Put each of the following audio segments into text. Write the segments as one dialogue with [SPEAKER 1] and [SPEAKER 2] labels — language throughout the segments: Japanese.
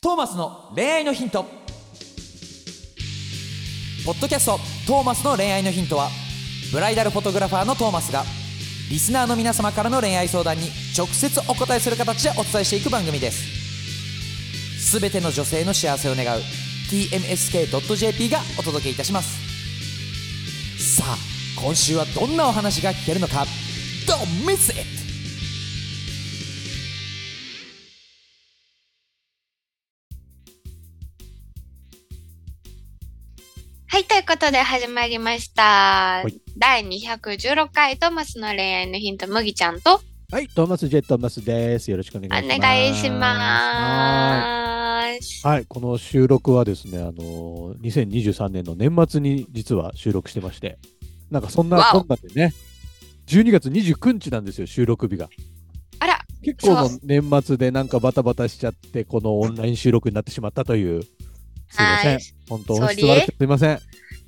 [SPEAKER 1] トーマスの恋愛のヒントポッドキャスト「トーマスの恋愛のヒントは」ブライダルフォトグラファーのトーマスがリスナーの皆様からの恋愛相談に直接お答えする形でお伝えしていく番組ですすべての女性の幸せを願う tmsk.jp がお届けいたしますさあ今週はどんなお話が聞けるのか Don't miss it!
[SPEAKER 2] はい、ということで始まりました。
[SPEAKER 3] はい
[SPEAKER 2] 第216回トーマスの恋愛のヒント、麦ちゃんと
[SPEAKER 3] はい、トーマス・ジェット・マスです。よろしくお願い
[SPEAKER 2] お
[SPEAKER 3] します。
[SPEAKER 2] 願いします。
[SPEAKER 3] はい、この収録はですね、あのー、2023年の年末に実は収録してまして、なんかそんな
[SPEAKER 2] わお
[SPEAKER 3] こんなでね、12月29日なんですよ、収録日が。
[SPEAKER 2] あら、
[SPEAKER 3] 結構の
[SPEAKER 2] そう
[SPEAKER 3] 年末でなんかバタバタしちゃって、このオンライン収録になってしまったという、すいませ
[SPEAKER 2] は
[SPEAKER 3] ん
[SPEAKER 2] い。
[SPEAKER 3] 本当、
[SPEAKER 2] それ
[SPEAKER 3] 音質悪くてすいません。す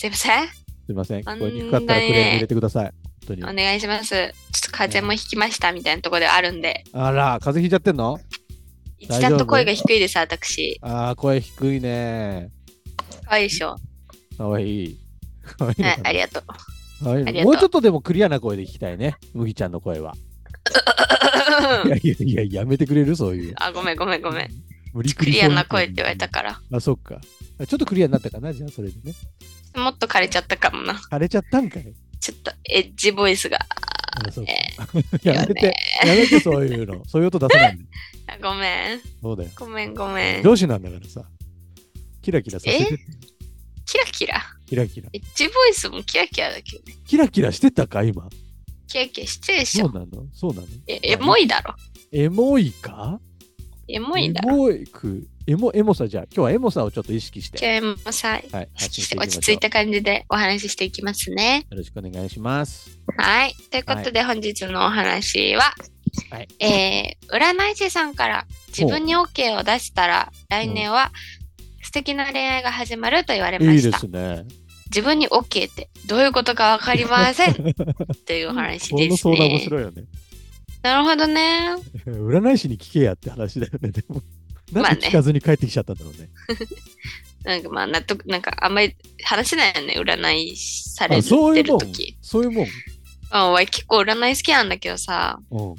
[SPEAKER 2] すいません。
[SPEAKER 3] いません。
[SPEAKER 2] あん
[SPEAKER 3] 聞
[SPEAKER 2] なに
[SPEAKER 3] こえ
[SPEAKER 2] ね
[SPEAKER 3] にくかったらクレーム入れてください。本当に
[SPEAKER 2] お。願いします。ちょっと風邪もひきましたみたいなところではあるんで、
[SPEAKER 3] あら、風邪ひいちゃってんの
[SPEAKER 2] 一
[SPEAKER 3] 大丈夫
[SPEAKER 2] 段と声が低いです、私。
[SPEAKER 3] ああ、声低いね。
[SPEAKER 2] かわいいでしょ。
[SPEAKER 3] かわいい。かわいいの
[SPEAKER 2] は
[SPEAKER 3] か
[SPEAKER 2] い、
[SPEAKER 3] な
[SPEAKER 2] ありがとう。
[SPEAKER 3] はい
[SPEAKER 2] ありがとう
[SPEAKER 3] もうちょっとでもクリアな声で聞きたいね、麦ちゃんの声は。いやいやいや、やめてくれるそういう。
[SPEAKER 2] あ、ごめんごめんごめん。
[SPEAKER 3] 無理く
[SPEAKER 2] ク
[SPEAKER 3] り
[SPEAKER 2] リアな声って
[SPEAKER 3] ポイント
[SPEAKER 2] 言われたから。
[SPEAKER 3] あ、そっか。あちょっとクリアになったかな、じゃあそれでね。
[SPEAKER 2] もっと枯れちゃったかもな。
[SPEAKER 3] 枯れちゃったんかい。
[SPEAKER 2] ちょっとエッジボイスが。
[SPEAKER 3] あ、そうか。
[SPEAKER 2] ね
[SPEAKER 3] やめて、やめて、そういうの。そういう音出さないんだよ。
[SPEAKER 2] あごめん。
[SPEAKER 3] そうだよ。
[SPEAKER 2] ごめんごめん。
[SPEAKER 3] 上司なんだからさ。キラキラさせて。
[SPEAKER 2] キラキラ。
[SPEAKER 3] キラキラ。
[SPEAKER 2] エッジボイスもキラキラだけどね。
[SPEAKER 3] キラキラしてたか、今。
[SPEAKER 2] キラキラしてるでし
[SPEAKER 3] そう
[SPEAKER 2] ょ。
[SPEAKER 3] なのそうなの
[SPEAKER 2] え、エモいだろ。
[SPEAKER 3] エモいか
[SPEAKER 2] エモいんだ
[SPEAKER 3] エ
[SPEAKER 2] ろ。
[SPEAKER 3] モいく。エモ、エモさじゃあ、今日はエモさをちょっと意識して。
[SPEAKER 2] 今日もさ、
[SPEAKER 3] はい。
[SPEAKER 2] 意識して
[SPEAKER 3] 発
[SPEAKER 2] 落
[SPEAKER 3] 信
[SPEAKER 2] ち
[SPEAKER 3] して
[SPEAKER 2] 着
[SPEAKER 3] い
[SPEAKER 2] い
[SPEAKER 3] きましょ
[SPEAKER 2] た感じでお話ししていきますね。
[SPEAKER 3] うよろしくお願いします。
[SPEAKER 2] はい。ということで本日のお話は、
[SPEAKER 3] はい
[SPEAKER 2] えー占い師さんから自分に OK を出したら来年は素敵な恋愛が始まると言われました。
[SPEAKER 3] いいですね。
[SPEAKER 2] 自分に OK ってどういうことかわかりません というお話
[SPEAKER 3] こ
[SPEAKER 2] で
[SPEAKER 3] の
[SPEAKER 2] す
[SPEAKER 3] 相談面
[SPEAKER 2] ね。
[SPEAKER 3] 白いよね。
[SPEAKER 2] なるほどね。
[SPEAKER 3] 占い師に聞けやって話だよね。でも、
[SPEAKER 2] まあね
[SPEAKER 3] なんで聞かずに帰ってきちゃったんだろうね。
[SPEAKER 2] なんかまあ納得、なんかあんまり話せないよね、占いされ
[SPEAKER 3] あそう
[SPEAKER 2] て
[SPEAKER 3] いう
[SPEAKER 2] る
[SPEAKER 3] もん
[SPEAKER 2] 時。。
[SPEAKER 3] そういうもん。
[SPEAKER 2] あ俺結構占い好きなんだけどさ、
[SPEAKER 3] うん。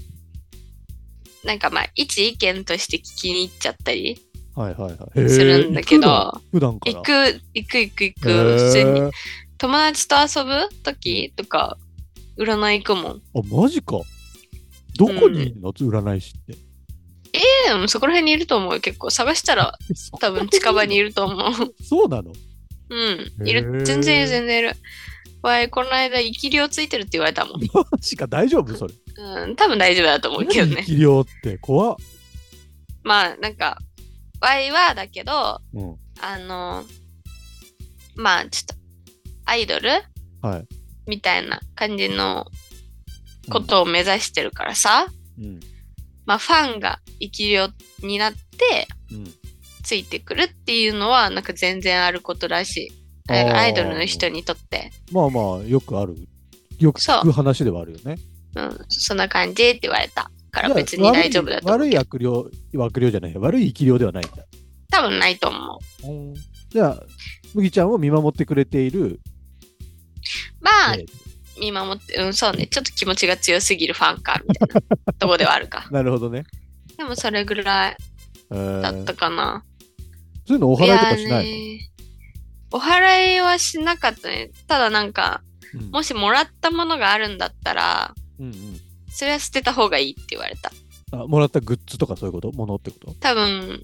[SPEAKER 2] なんかまあ一意見として聞きに行っちゃったり
[SPEAKER 3] はいはいはい。へー
[SPEAKER 2] するんだけど、
[SPEAKER 3] 普段から。
[SPEAKER 2] 行く、行く行く行く、
[SPEAKER 3] へー
[SPEAKER 2] 普通に友達と遊ぶ時とか、占い行くもん。
[SPEAKER 3] あ、マジか。どこにいるの、占い師って。
[SPEAKER 2] でもそこら辺にいると思うよ、結構探したら多分近場にいると思う。
[SPEAKER 3] そうなの
[SPEAKER 2] うん、
[SPEAKER 3] へ
[SPEAKER 2] いる。
[SPEAKER 3] ー
[SPEAKER 2] 全然いる、全然いる。わい、この間、生き量ついてるって言われたもん。
[SPEAKER 3] マジか、大丈夫それ。
[SPEAKER 2] うん、多分大丈夫だと思うけどね。
[SPEAKER 3] 器量って怖っ。
[SPEAKER 2] まあ、なんか、わいはだけど、あ
[SPEAKER 3] うん。
[SPEAKER 2] の、まあ、ちょっと、アイドル
[SPEAKER 3] はい。
[SPEAKER 2] みたいな感じの
[SPEAKER 3] うん
[SPEAKER 2] ことを目指してるからさ、
[SPEAKER 3] うん。
[SPEAKER 2] まあ、ファンが生き量になって、
[SPEAKER 3] うん。
[SPEAKER 2] ついてくるっていうのは、なんか全然あることらしい。
[SPEAKER 3] あー
[SPEAKER 2] アイドルの人にとって、
[SPEAKER 3] まあまあ、よくある。よく聞く話ではあるよね。
[SPEAKER 2] うん、そんな感じって言われたから
[SPEAKER 3] じゃあ
[SPEAKER 2] 別に大丈夫だと思うけど。
[SPEAKER 3] 悪い悪い悪霊、悪霊じゃない。悪い生き量ではないんだ。
[SPEAKER 2] 多分ないと思う。
[SPEAKER 3] じゃあ、麦ちゃんを見守ってくれている、
[SPEAKER 2] まあ、
[SPEAKER 3] え
[SPEAKER 2] 見守って、うん、そうね、ちょっと気持ちが強すぎるファンか、みたいなとこではある か。
[SPEAKER 3] ーなるほどね。
[SPEAKER 2] でもそれぐらい
[SPEAKER 3] えー
[SPEAKER 2] だったかな。
[SPEAKER 3] そういうのお
[SPEAKER 2] い
[SPEAKER 3] 払いと
[SPEAKER 2] や
[SPEAKER 3] かしない
[SPEAKER 2] ね、お払いはしなかったね。ただなんか、
[SPEAKER 3] の
[SPEAKER 2] もしもらったものがあるんだったら、
[SPEAKER 3] うんうん
[SPEAKER 2] それは捨てた方がいいって言われた。
[SPEAKER 3] うんあもらったグッズとかそういうことものってこと
[SPEAKER 2] 多分、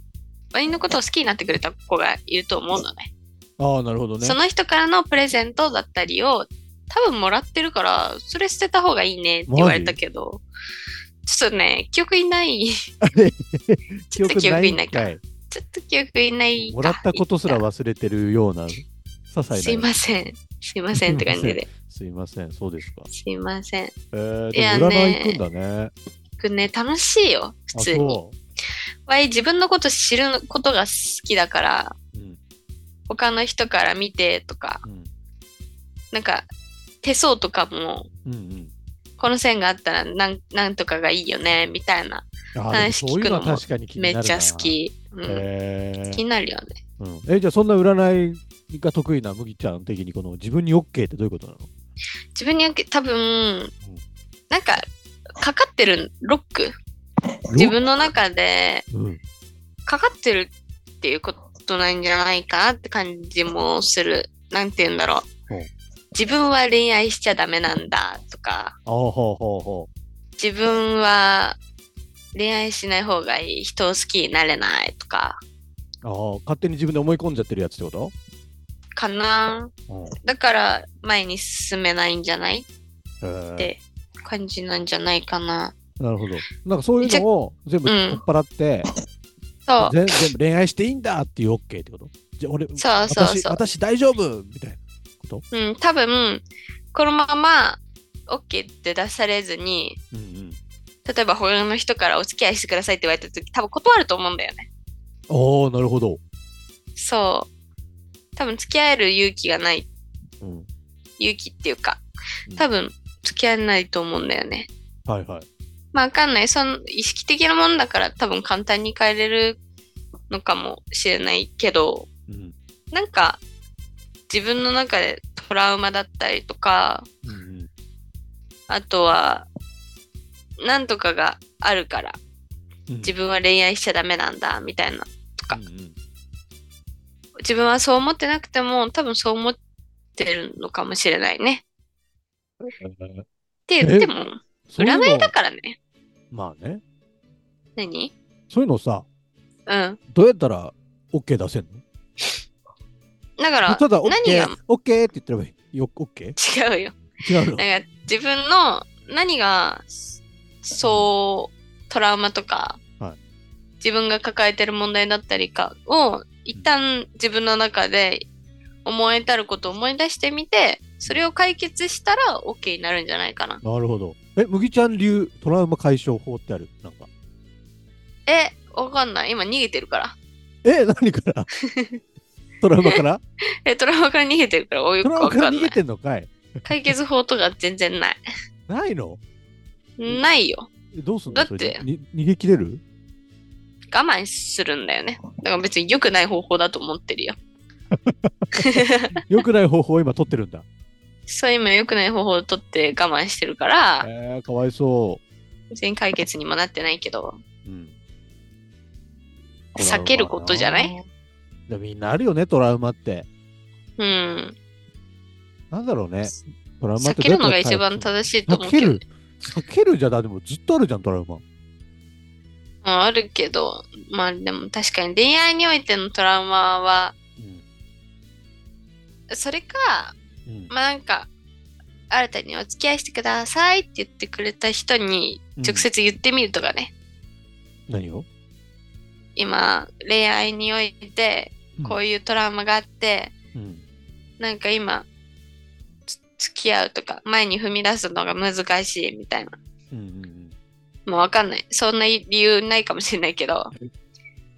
[SPEAKER 2] ワインのことを好きになってくれた子がいると思うのね。
[SPEAKER 3] ああ、なるほどね
[SPEAKER 2] そ。の人からのプレゼントだったりを多分もらってるからそれ捨てた方がいいねって言われたけどちょっとね記憶にない ちょっと記憶にないか
[SPEAKER 3] 記憶ん
[SPEAKER 2] ちょっと記憶にない
[SPEAKER 3] い
[SPEAKER 2] か
[SPEAKER 3] もらったことすら忘れてるような、些細な。
[SPEAKER 2] すいませんすいませんって感じで
[SPEAKER 3] すいません、そうですか。
[SPEAKER 2] すいません
[SPEAKER 3] えー、
[SPEAKER 2] いや
[SPEAKER 3] で
[SPEAKER 2] ね
[SPEAKER 3] も占い行くんだね。
[SPEAKER 2] くね楽しいよ普
[SPEAKER 3] あ、
[SPEAKER 2] 通に
[SPEAKER 3] そ
[SPEAKER 2] わい自分のこと知ることが好きだから
[SPEAKER 3] う。うん
[SPEAKER 2] 他の人から見てとか
[SPEAKER 3] うん
[SPEAKER 2] なんか手相とかも
[SPEAKER 3] うんうん。
[SPEAKER 2] この線があったらなんなんとかがいいよねみたいな
[SPEAKER 3] あーでも
[SPEAKER 2] 話
[SPEAKER 3] そう
[SPEAKER 2] 聞
[SPEAKER 3] い
[SPEAKER 2] く
[SPEAKER 3] うの
[SPEAKER 2] の
[SPEAKER 3] は
[SPEAKER 2] も
[SPEAKER 3] 確かに気にな
[SPEAKER 2] め
[SPEAKER 3] る
[SPEAKER 2] っ
[SPEAKER 3] な
[SPEAKER 2] ちゃ好。きうん
[SPEAKER 3] え
[SPEAKER 2] 気になるよね。
[SPEAKER 3] ーうん、えじゃあそんな占いが得意な麦ちゃん的にこの自分に OK ってどういうことなの
[SPEAKER 2] 自分には多分、なんか、かかってるロック。自分の中で、
[SPEAKER 3] うん、
[SPEAKER 2] かかってるっていうことなんじゃないかなって感じもする。なんて言うんだろう
[SPEAKER 3] うん。
[SPEAKER 2] 自分は恋愛しちゃダメなんだとか、
[SPEAKER 3] ああほうほうほ
[SPEAKER 2] 自分は恋愛しない方がいい、人を好きになれないとか、
[SPEAKER 3] うああ勝手に自分で思い込んじゃってるやつってこと
[SPEAKER 2] かな。
[SPEAKER 3] うん
[SPEAKER 2] だから前に進めないんじゃないっ
[SPEAKER 3] えー
[SPEAKER 2] て感じなんじゃないかな。
[SPEAKER 3] なるほどなんかそういうのを全部
[SPEAKER 2] うん
[SPEAKER 3] 取っ払って、
[SPEAKER 2] そう。
[SPEAKER 3] 全全部恋愛していいんだっていう OK ってことじゃあ俺
[SPEAKER 2] そうそう
[SPEAKER 3] 私
[SPEAKER 2] そう。
[SPEAKER 3] 私大丈夫みたいなこと、
[SPEAKER 2] うん、多分、このまま OK って出されずに、
[SPEAKER 3] うんうん、
[SPEAKER 2] 例えば他の人からお付き合いしてくださいって言われた時、多分断ると思うんだよね。
[SPEAKER 3] おおなるほど、
[SPEAKER 2] そう。多分付き合える勇気がない。
[SPEAKER 3] うん、
[SPEAKER 2] 勇気っていうか
[SPEAKER 3] うん、
[SPEAKER 2] 多分付き合えないと思うんだよね。
[SPEAKER 3] はいはい
[SPEAKER 2] まあわかんない。その意識的なものだから多分簡単に変えれるのかもしれないけど、
[SPEAKER 3] うん
[SPEAKER 2] なんか自分の中でトラウマだったりとか、
[SPEAKER 3] うんうん
[SPEAKER 2] あとは、なんとかがあるから、
[SPEAKER 3] うん
[SPEAKER 2] 自分は恋愛しちゃダメなんだ、みたいな。か
[SPEAKER 3] うんうん
[SPEAKER 2] 自分はそう思ってなくても、多分そう思ってるのかもしれないね。って言っても、
[SPEAKER 3] そういうの
[SPEAKER 2] 占いだからね。
[SPEAKER 3] まあね
[SPEAKER 2] 何
[SPEAKER 3] そういうのさ
[SPEAKER 2] うん。
[SPEAKER 3] どうやったら OK 出せん
[SPEAKER 2] だか
[SPEAKER 3] の
[SPEAKER 2] ら、
[SPEAKER 3] ただ OK,
[SPEAKER 2] 何が
[SPEAKER 3] OK って言ってればいいよ OK?
[SPEAKER 2] 違うよ。
[SPEAKER 3] 違うの
[SPEAKER 2] なんか自分の何が、そう、トラウマとか、
[SPEAKER 3] は
[SPEAKER 2] 自分が抱えてる問題だったりかを、一旦自分の中で思い至ることを思い出してみて、それを解決したら OK になるんじゃないかな。
[SPEAKER 3] なるほどえ麦ちゃん流トラウマ解消法ってあるなんか
[SPEAKER 2] え、わかんない。今逃げてるから。
[SPEAKER 3] え何から トラウマから
[SPEAKER 2] え、トラウマから逃げてるから、およ
[SPEAKER 3] ト
[SPEAKER 2] く
[SPEAKER 3] ラウマ
[SPEAKER 2] わ
[SPEAKER 3] から
[SPEAKER 2] かん
[SPEAKER 3] 逃
[SPEAKER 2] な
[SPEAKER 3] げ
[SPEAKER 2] い。
[SPEAKER 3] てんのかい
[SPEAKER 2] 解決法とか全然ない。
[SPEAKER 3] ないの
[SPEAKER 2] ないよ。
[SPEAKER 3] えどうすんの
[SPEAKER 2] だって
[SPEAKER 3] それに逃げ切れる
[SPEAKER 2] 我慢するんだよね。だから別に良くない方法だと思ってる よ。
[SPEAKER 3] 良くない方法を今取ってるんだ
[SPEAKER 2] そういう今良くない方法を取って我慢してるから、
[SPEAKER 3] えー、かわいそ
[SPEAKER 2] 全解決にもなってないけど、
[SPEAKER 3] う、うん、
[SPEAKER 2] 避けることじゃない
[SPEAKER 3] でもみんなあるよねトラウマって
[SPEAKER 2] うん。
[SPEAKER 3] なんだろうねトラウマっ
[SPEAKER 2] 避
[SPEAKER 3] て
[SPEAKER 2] けるのが一番
[SPEAKER 3] 正
[SPEAKER 2] 正しい
[SPEAKER 3] しい
[SPEAKER 2] と思
[SPEAKER 3] 避
[SPEAKER 2] う
[SPEAKER 3] け
[SPEAKER 2] けど、う
[SPEAKER 3] る
[SPEAKER 2] ん
[SPEAKER 3] 避けるじゃだでもずっとあるじゃんトラウマ
[SPEAKER 2] あるけど、まあでも確かに恋愛においてのトラウマは、
[SPEAKER 3] うん
[SPEAKER 2] それか、
[SPEAKER 3] うん
[SPEAKER 2] まあなんか、新たにお付き合いしてくださいって言ってくれた人に直接言ってみるとかね、
[SPEAKER 3] 何を
[SPEAKER 2] 今、恋愛において
[SPEAKER 3] うん、
[SPEAKER 2] こういうトラウマがあって、
[SPEAKER 3] うん
[SPEAKER 2] なんか今、つ付き合うとか、前に踏み出すのが難しいみたいな。
[SPEAKER 3] うんうん
[SPEAKER 2] まあわかんない。そんな理由ないかもしれないけど、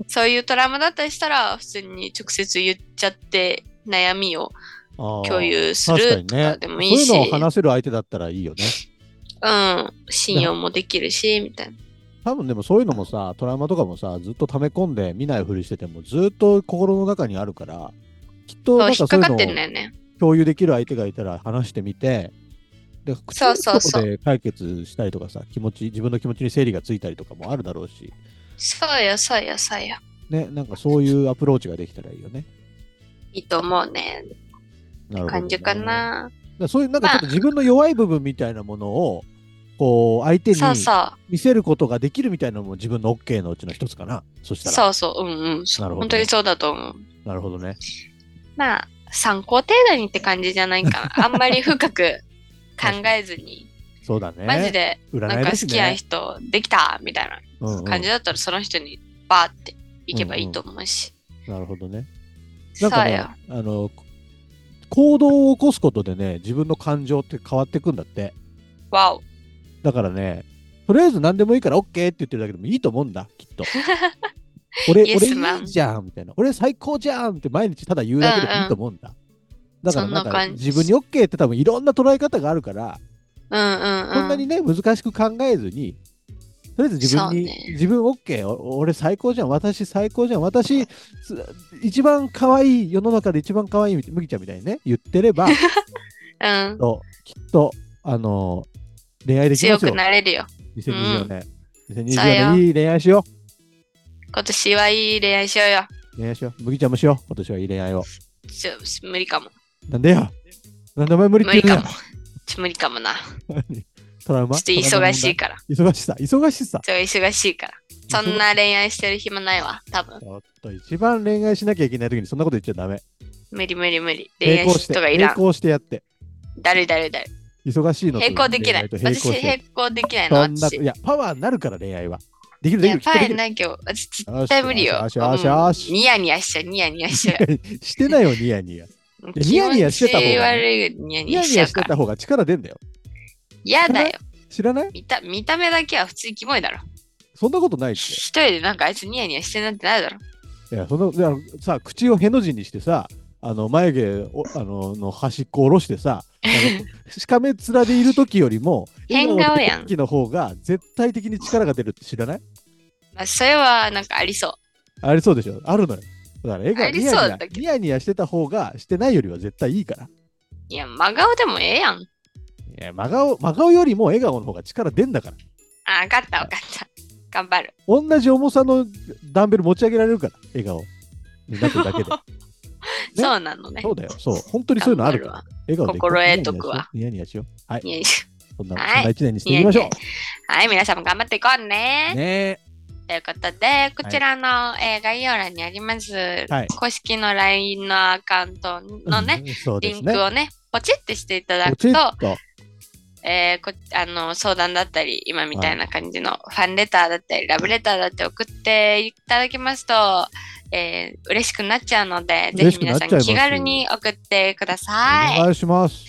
[SPEAKER 2] そういうトラウマだったりしたら、普通に直接言っちゃって、悩みを
[SPEAKER 3] あー
[SPEAKER 2] 共有す
[SPEAKER 3] 確かに
[SPEAKER 2] ると
[SPEAKER 3] ね
[SPEAKER 2] かでもいいし、
[SPEAKER 3] そういうのを話せる相手だったらいいよね
[SPEAKER 2] うん、信用もできるし、みたいな。
[SPEAKER 3] 多分でもそういうのもさトラウマとかもさずっと溜め込んで見ないふりしててもずっと心の中にあるからきっと
[SPEAKER 2] そう
[SPEAKER 3] なん
[SPEAKER 2] 引
[SPEAKER 3] か
[SPEAKER 2] っ
[SPEAKER 3] そ
[SPEAKER 2] か
[SPEAKER 3] うい
[SPEAKER 2] かって
[SPEAKER 3] うん
[SPEAKER 2] だ
[SPEAKER 3] のを
[SPEAKER 2] よね。
[SPEAKER 3] 共有できる相手がいたら話してみてで口
[SPEAKER 2] そうそうそう
[SPEAKER 3] ので解決したりとかさ気持ち自分の気持ちに整理がついたりとかもあるだろうし
[SPEAKER 2] そうよ、そうよ、そうよ。
[SPEAKER 3] ねなんかそういうアプローチができたらいいよね
[SPEAKER 2] いいと思うね。
[SPEAKER 3] なるほどね
[SPEAKER 2] 感じかな。
[SPEAKER 3] だからそういうなんかちょっと自分の弱い部分みたいなものをこう相手に
[SPEAKER 2] そうそう。
[SPEAKER 3] 見せることができるみたいなのも自分の OK のうちの一つかなそしたら
[SPEAKER 2] そうそう。うんうん。
[SPEAKER 3] なるほどね
[SPEAKER 2] 本当にそうだと思う。
[SPEAKER 3] なるほどね
[SPEAKER 2] まあ、参考程度にって感じじゃないか な。あんまり深く考えずに、
[SPEAKER 3] そうだね
[SPEAKER 2] マジでな
[SPEAKER 3] 占
[SPEAKER 2] んか
[SPEAKER 3] いで
[SPEAKER 2] 好
[SPEAKER 3] す
[SPEAKER 2] きな
[SPEAKER 3] ね
[SPEAKER 2] 人できたみたい
[SPEAKER 3] うんう
[SPEAKER 2] なん感
[SPEAKER 3] ん
[SPEAKER 2] じだったらその人にバーって行けばいいと思うし。
[SPEAKER 3] なるほどね
[SPEAKER 2] そ
[SPEAKER 3] なんか
[SPEAKER 2] う
[SPEAKER 3] ね
[SPEAKER 2] よ。
[SPEAKER 3] あの行動を起こすことでね自分の感情って変わってくんだって
[SPEAKER 2] わお。
[SPEAKER 3] だからね、とりあえず何でもいいから OK って言ってるだけでもいいと思うんだ、きっ と。俺、俺
[SPEAKER 2] Yes,
[SPEAKER 3] い
[SPEAKER 2] ma'am.
[SPEAKER 3] いじゃんみたいな。俺最高じゃんって毎日ただ言うだけでもいいと思うんだ。だからなん
[SPEAKER 2] そんな
[SPEAKER 3] か
[SPEAKER 2] 感じ
[SPEAKER 3] 自分に OK って多分いろんな捉え方があるから、
[SPEAKER 2] うんうんうん。
[SPEAKER 3] そんなにね、難しく考えずに、とりあえず自
[SPEAKER 2] そ
[SPEAKER 3] 分に、
[SPEAKER 2] うね
[SPEAKER 3] 自分 OK お俺最高じゃん私最高じゃん私す一番可愛い世の中で一番可愛い麦ちゃんみたいにね言ってればきっ
[SPEAKER 2] うん。
[SPEAKER 3] ときっとあの恋愛できま
[SPEAKER 2] 強
[SPEAKER 3] すよ
[SPEAKER 2] くなれるよ。
[SPEAKER 3] 2024年、2024
[SPEAKER 2] さよ
[SPEAKER 3] 年いい恋愛しよ
[SPEAKER 2] 今年はいい恋愛しようよ。
[SPEAKER 3] う恋愛しよう麦ちゃんもしよう今年はいい恋愛を
[SPEAKER 2] ちょ無理かも。
[SPEAKER 3] なんでやなんでお前無理
[SPEAKER 2] 無
[SPEAKER 3] って
[SPEAKER 2] 理
[SPEAKER 3] 言
[SPEAKER 2] か
[SPEAKER 3] う
[SPEAKER 2] も。ちょ無理かもな。ち
[SPEAKER 3] のや トラウ
[SPEAKER 2] ょ
[SPEAKER 3] マ
[SPEAKER 2] っと忙しいから。
[SPEAKER 3] トラウマの問題忙しさ忙しさ
[SPEAKER 2] ちょ忙しいから。そんな恋愛してる暇ないわ。多分
[SPEAKER 3] ち。ょっと一番恋愛しなきゃいけない時にそんなこと言っちゃダメ
[SPEAKER 2] 無理無理無理。恋
[SPEAKER 3] 並
[SPEAKER 2] 愛
[SPEAKER 3] 行
[SPEAKER 2] し
[SPEAKER 3] して
[SPEAKER 2] 人がいら
[SPEAKER 3] 並
[SPEAKER 2] ん。
[SPEAKER 3] 行してやって
[SPEAKER 2] 誰誰誰。
[SPEAKER 3] 忙しいのと
[SPEAKER 2] 並行できない。
[SPEAKER 3] 恋愛と
[SPEAKER 2] 私
[SPEAKER 3] 並行して
[SPEAKER 2] 並行できないの。
[SPEAKER 3] そんな
[SPEAKER 2] 私。
[SPEAKER 3] いやパワーになるから恋愛はできるでき
[SPEAKER 2] や
[SPEAKER 3] るきっと
[SPEAKER 2] ば
[SPEAKER 3] でき
[SPEAKER 2] い
[SPEAKER 3] る
[SPEAKER 2] な、今日。私絶対無理よ。
[SPEAKER 3] よしよしよしよし
[SPEAKER 2] うんニヤニヤしちゃう、ニヤニヤしちゃ
[SPEAKER 3] して ないよニヤニヤ
[SPEAKER 2] う。
[SPEAKER 3] ニヤニヤしてた方が
[SPEAKER 2] 気持ち悪いニヤニ
[SPEAKER 3] ニヤ
[SPEAKER 2] ヤ
[SPEAKER 3] ニ
[SPEAKER 2] しちゃ
[SPEAKER 3] ヤ
[SPEAKER 2] う
[SPEAKER 3] し
[SPEAKER 2] か
[SPEAKER 3] て
[SPEAKER 2] ら。
[SPEAKER 3] た方が力出んだよ
[SPEAKER 2] 嫌だよ。
[SPEAKER 3] 知らない
[SPEAKER 2] 見た見た目だけは普通にキモいだろ。
[SPEAKER 3] そんなことないって
[SPEAKER 2] 一人でなんかあいつニヤニヤしてんなんてないだろ。
[SPEAKER 3] いや、その、であのさ、口をへの字にしてさ、あの眉毛をあのの端っこ下ろしてさ、あのしかめ面でいる時よりも、
[SPEAKER 2] 変顔やん
[SPEAKER 3] 時の方が絶対的に力が出るって知らない
[SPEAKER 2] まあ、それはなんかありそう。
[SPEAKER 3] ありそうでしょあるのよ。だから、笑
[SPEAKER 2] あ
[SPEAKER 3] 顔
[SPEAKER 2] り
[SPEAKER 3] ニ
[SPEAKER 2] そう
[SPEAKER 3] ヤニ
[SPEAKER 2] だ
[SPEAKER 3] ヤ
[SPEAKER 2] けど
[SPEAKER 3] ニヤニヤしてた方が、してないよりは絶対いいから。
[SPEAKER 2] いや、真顔でもええやん。
[SPEAKER 3] いや真顔真顔よりも笑顔の方が力出んだから。
[SPEAKER 2] あ、分かった分かった。頑張る。
[SPEAKER 3] 同じ重さのダンベル持ち上げられるから、笑顔になってるだけ で。ね
[SPEAKER 2] そうなのね。
[SPEAKER 3] そうだよ、そう。本当にそういうのあるから。
[SPEAKER 2] 頑
[SPEAKER 3] 笑顔で
[SPEAKER 2] 心得とくわ
[SPEAKER 3] ニヤニヤしよう。ニヤニヤしよう。
[SPEAKER 2] 張。るわ。いやい
[SPEAKER 3] はいそんな、
[SPEAKER 2] はい
[SPEAKER 3] そんな一年にしていきましょう。
[SPEAKER 2] いやはい、皆さんも頑張っていこうね。
[SPEAKER 3] ね
[SPEAKER 2] ということで、こちらの、えー概要欄にあります、
[SPEAKER 3] はい
[SPEAKER 2] 公式の LINE のアカウントのね、
[SPEAKER 3] うんそうで
[SPEAKER 2] リ
[SPEAKER 3] す
[SPEAKER 2] ン
[SPEAKER 3] ね。
[SPEAKER 2] クをね、ポチってしていただく
[SPEAKER 3] ポチ
[SPEAKER 2] と、
[SPEAKER 3] ッと。
[SPEAKER 2] えーこあの相談だったり今みたいな感じのファンレターだったりラブレターだって送っていただきますと、えー嬉しくなっちゃうのでぜ
[SPEAKER 3] 嬉し
[SPEAKER 2] ひ
[SPEAKER 3] くな
[SPEAKER 2] 皆
[SPEAKER 3] っち
[SPEAKER 2] さん
[SPEAKER 3] ゃいます
[SPEAKER 2] 気軽に送ってください。
[SPEAKER 3] お願いします。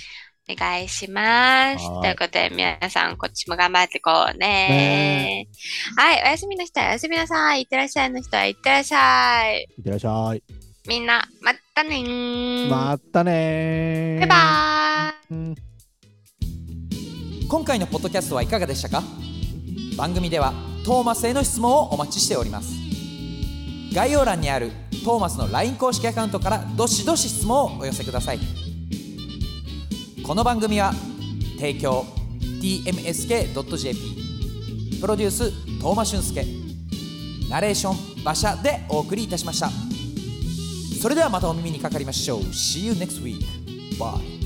[SPEAKER 2] お願いします。
[SPEAKER 3] はい
[SPEAKER 2] ということで皆さんこっちも頑張ってこうね
[SPEAKER 3] ね
[SPEAKER 2] はい、おやすみの人はおやすみなさい。いってらっしゃいの人はいってらっしゃい。
[SPEAKER 3] いってらっしゃい。
[SPEAKER 2] みんな、またねー。
[SPEAKER 3] まったねー。
[SPEAKER 2] バイバーイ。
[SPEAKER 3] うん
[SPEAKER 1] 今回のポッドキャストはいかがでしたか番組ではトーマスへの質問をお待ちしております概要欄にあるトーマスの LINE 公式アカウントからどしどし質問をお寄せくださいこの番組は提供 tmsk.jp プロデューストーマ俊介ナレーション馬車でお送りいたしましたそれではまたお耳にかかりましょう See you next week Bye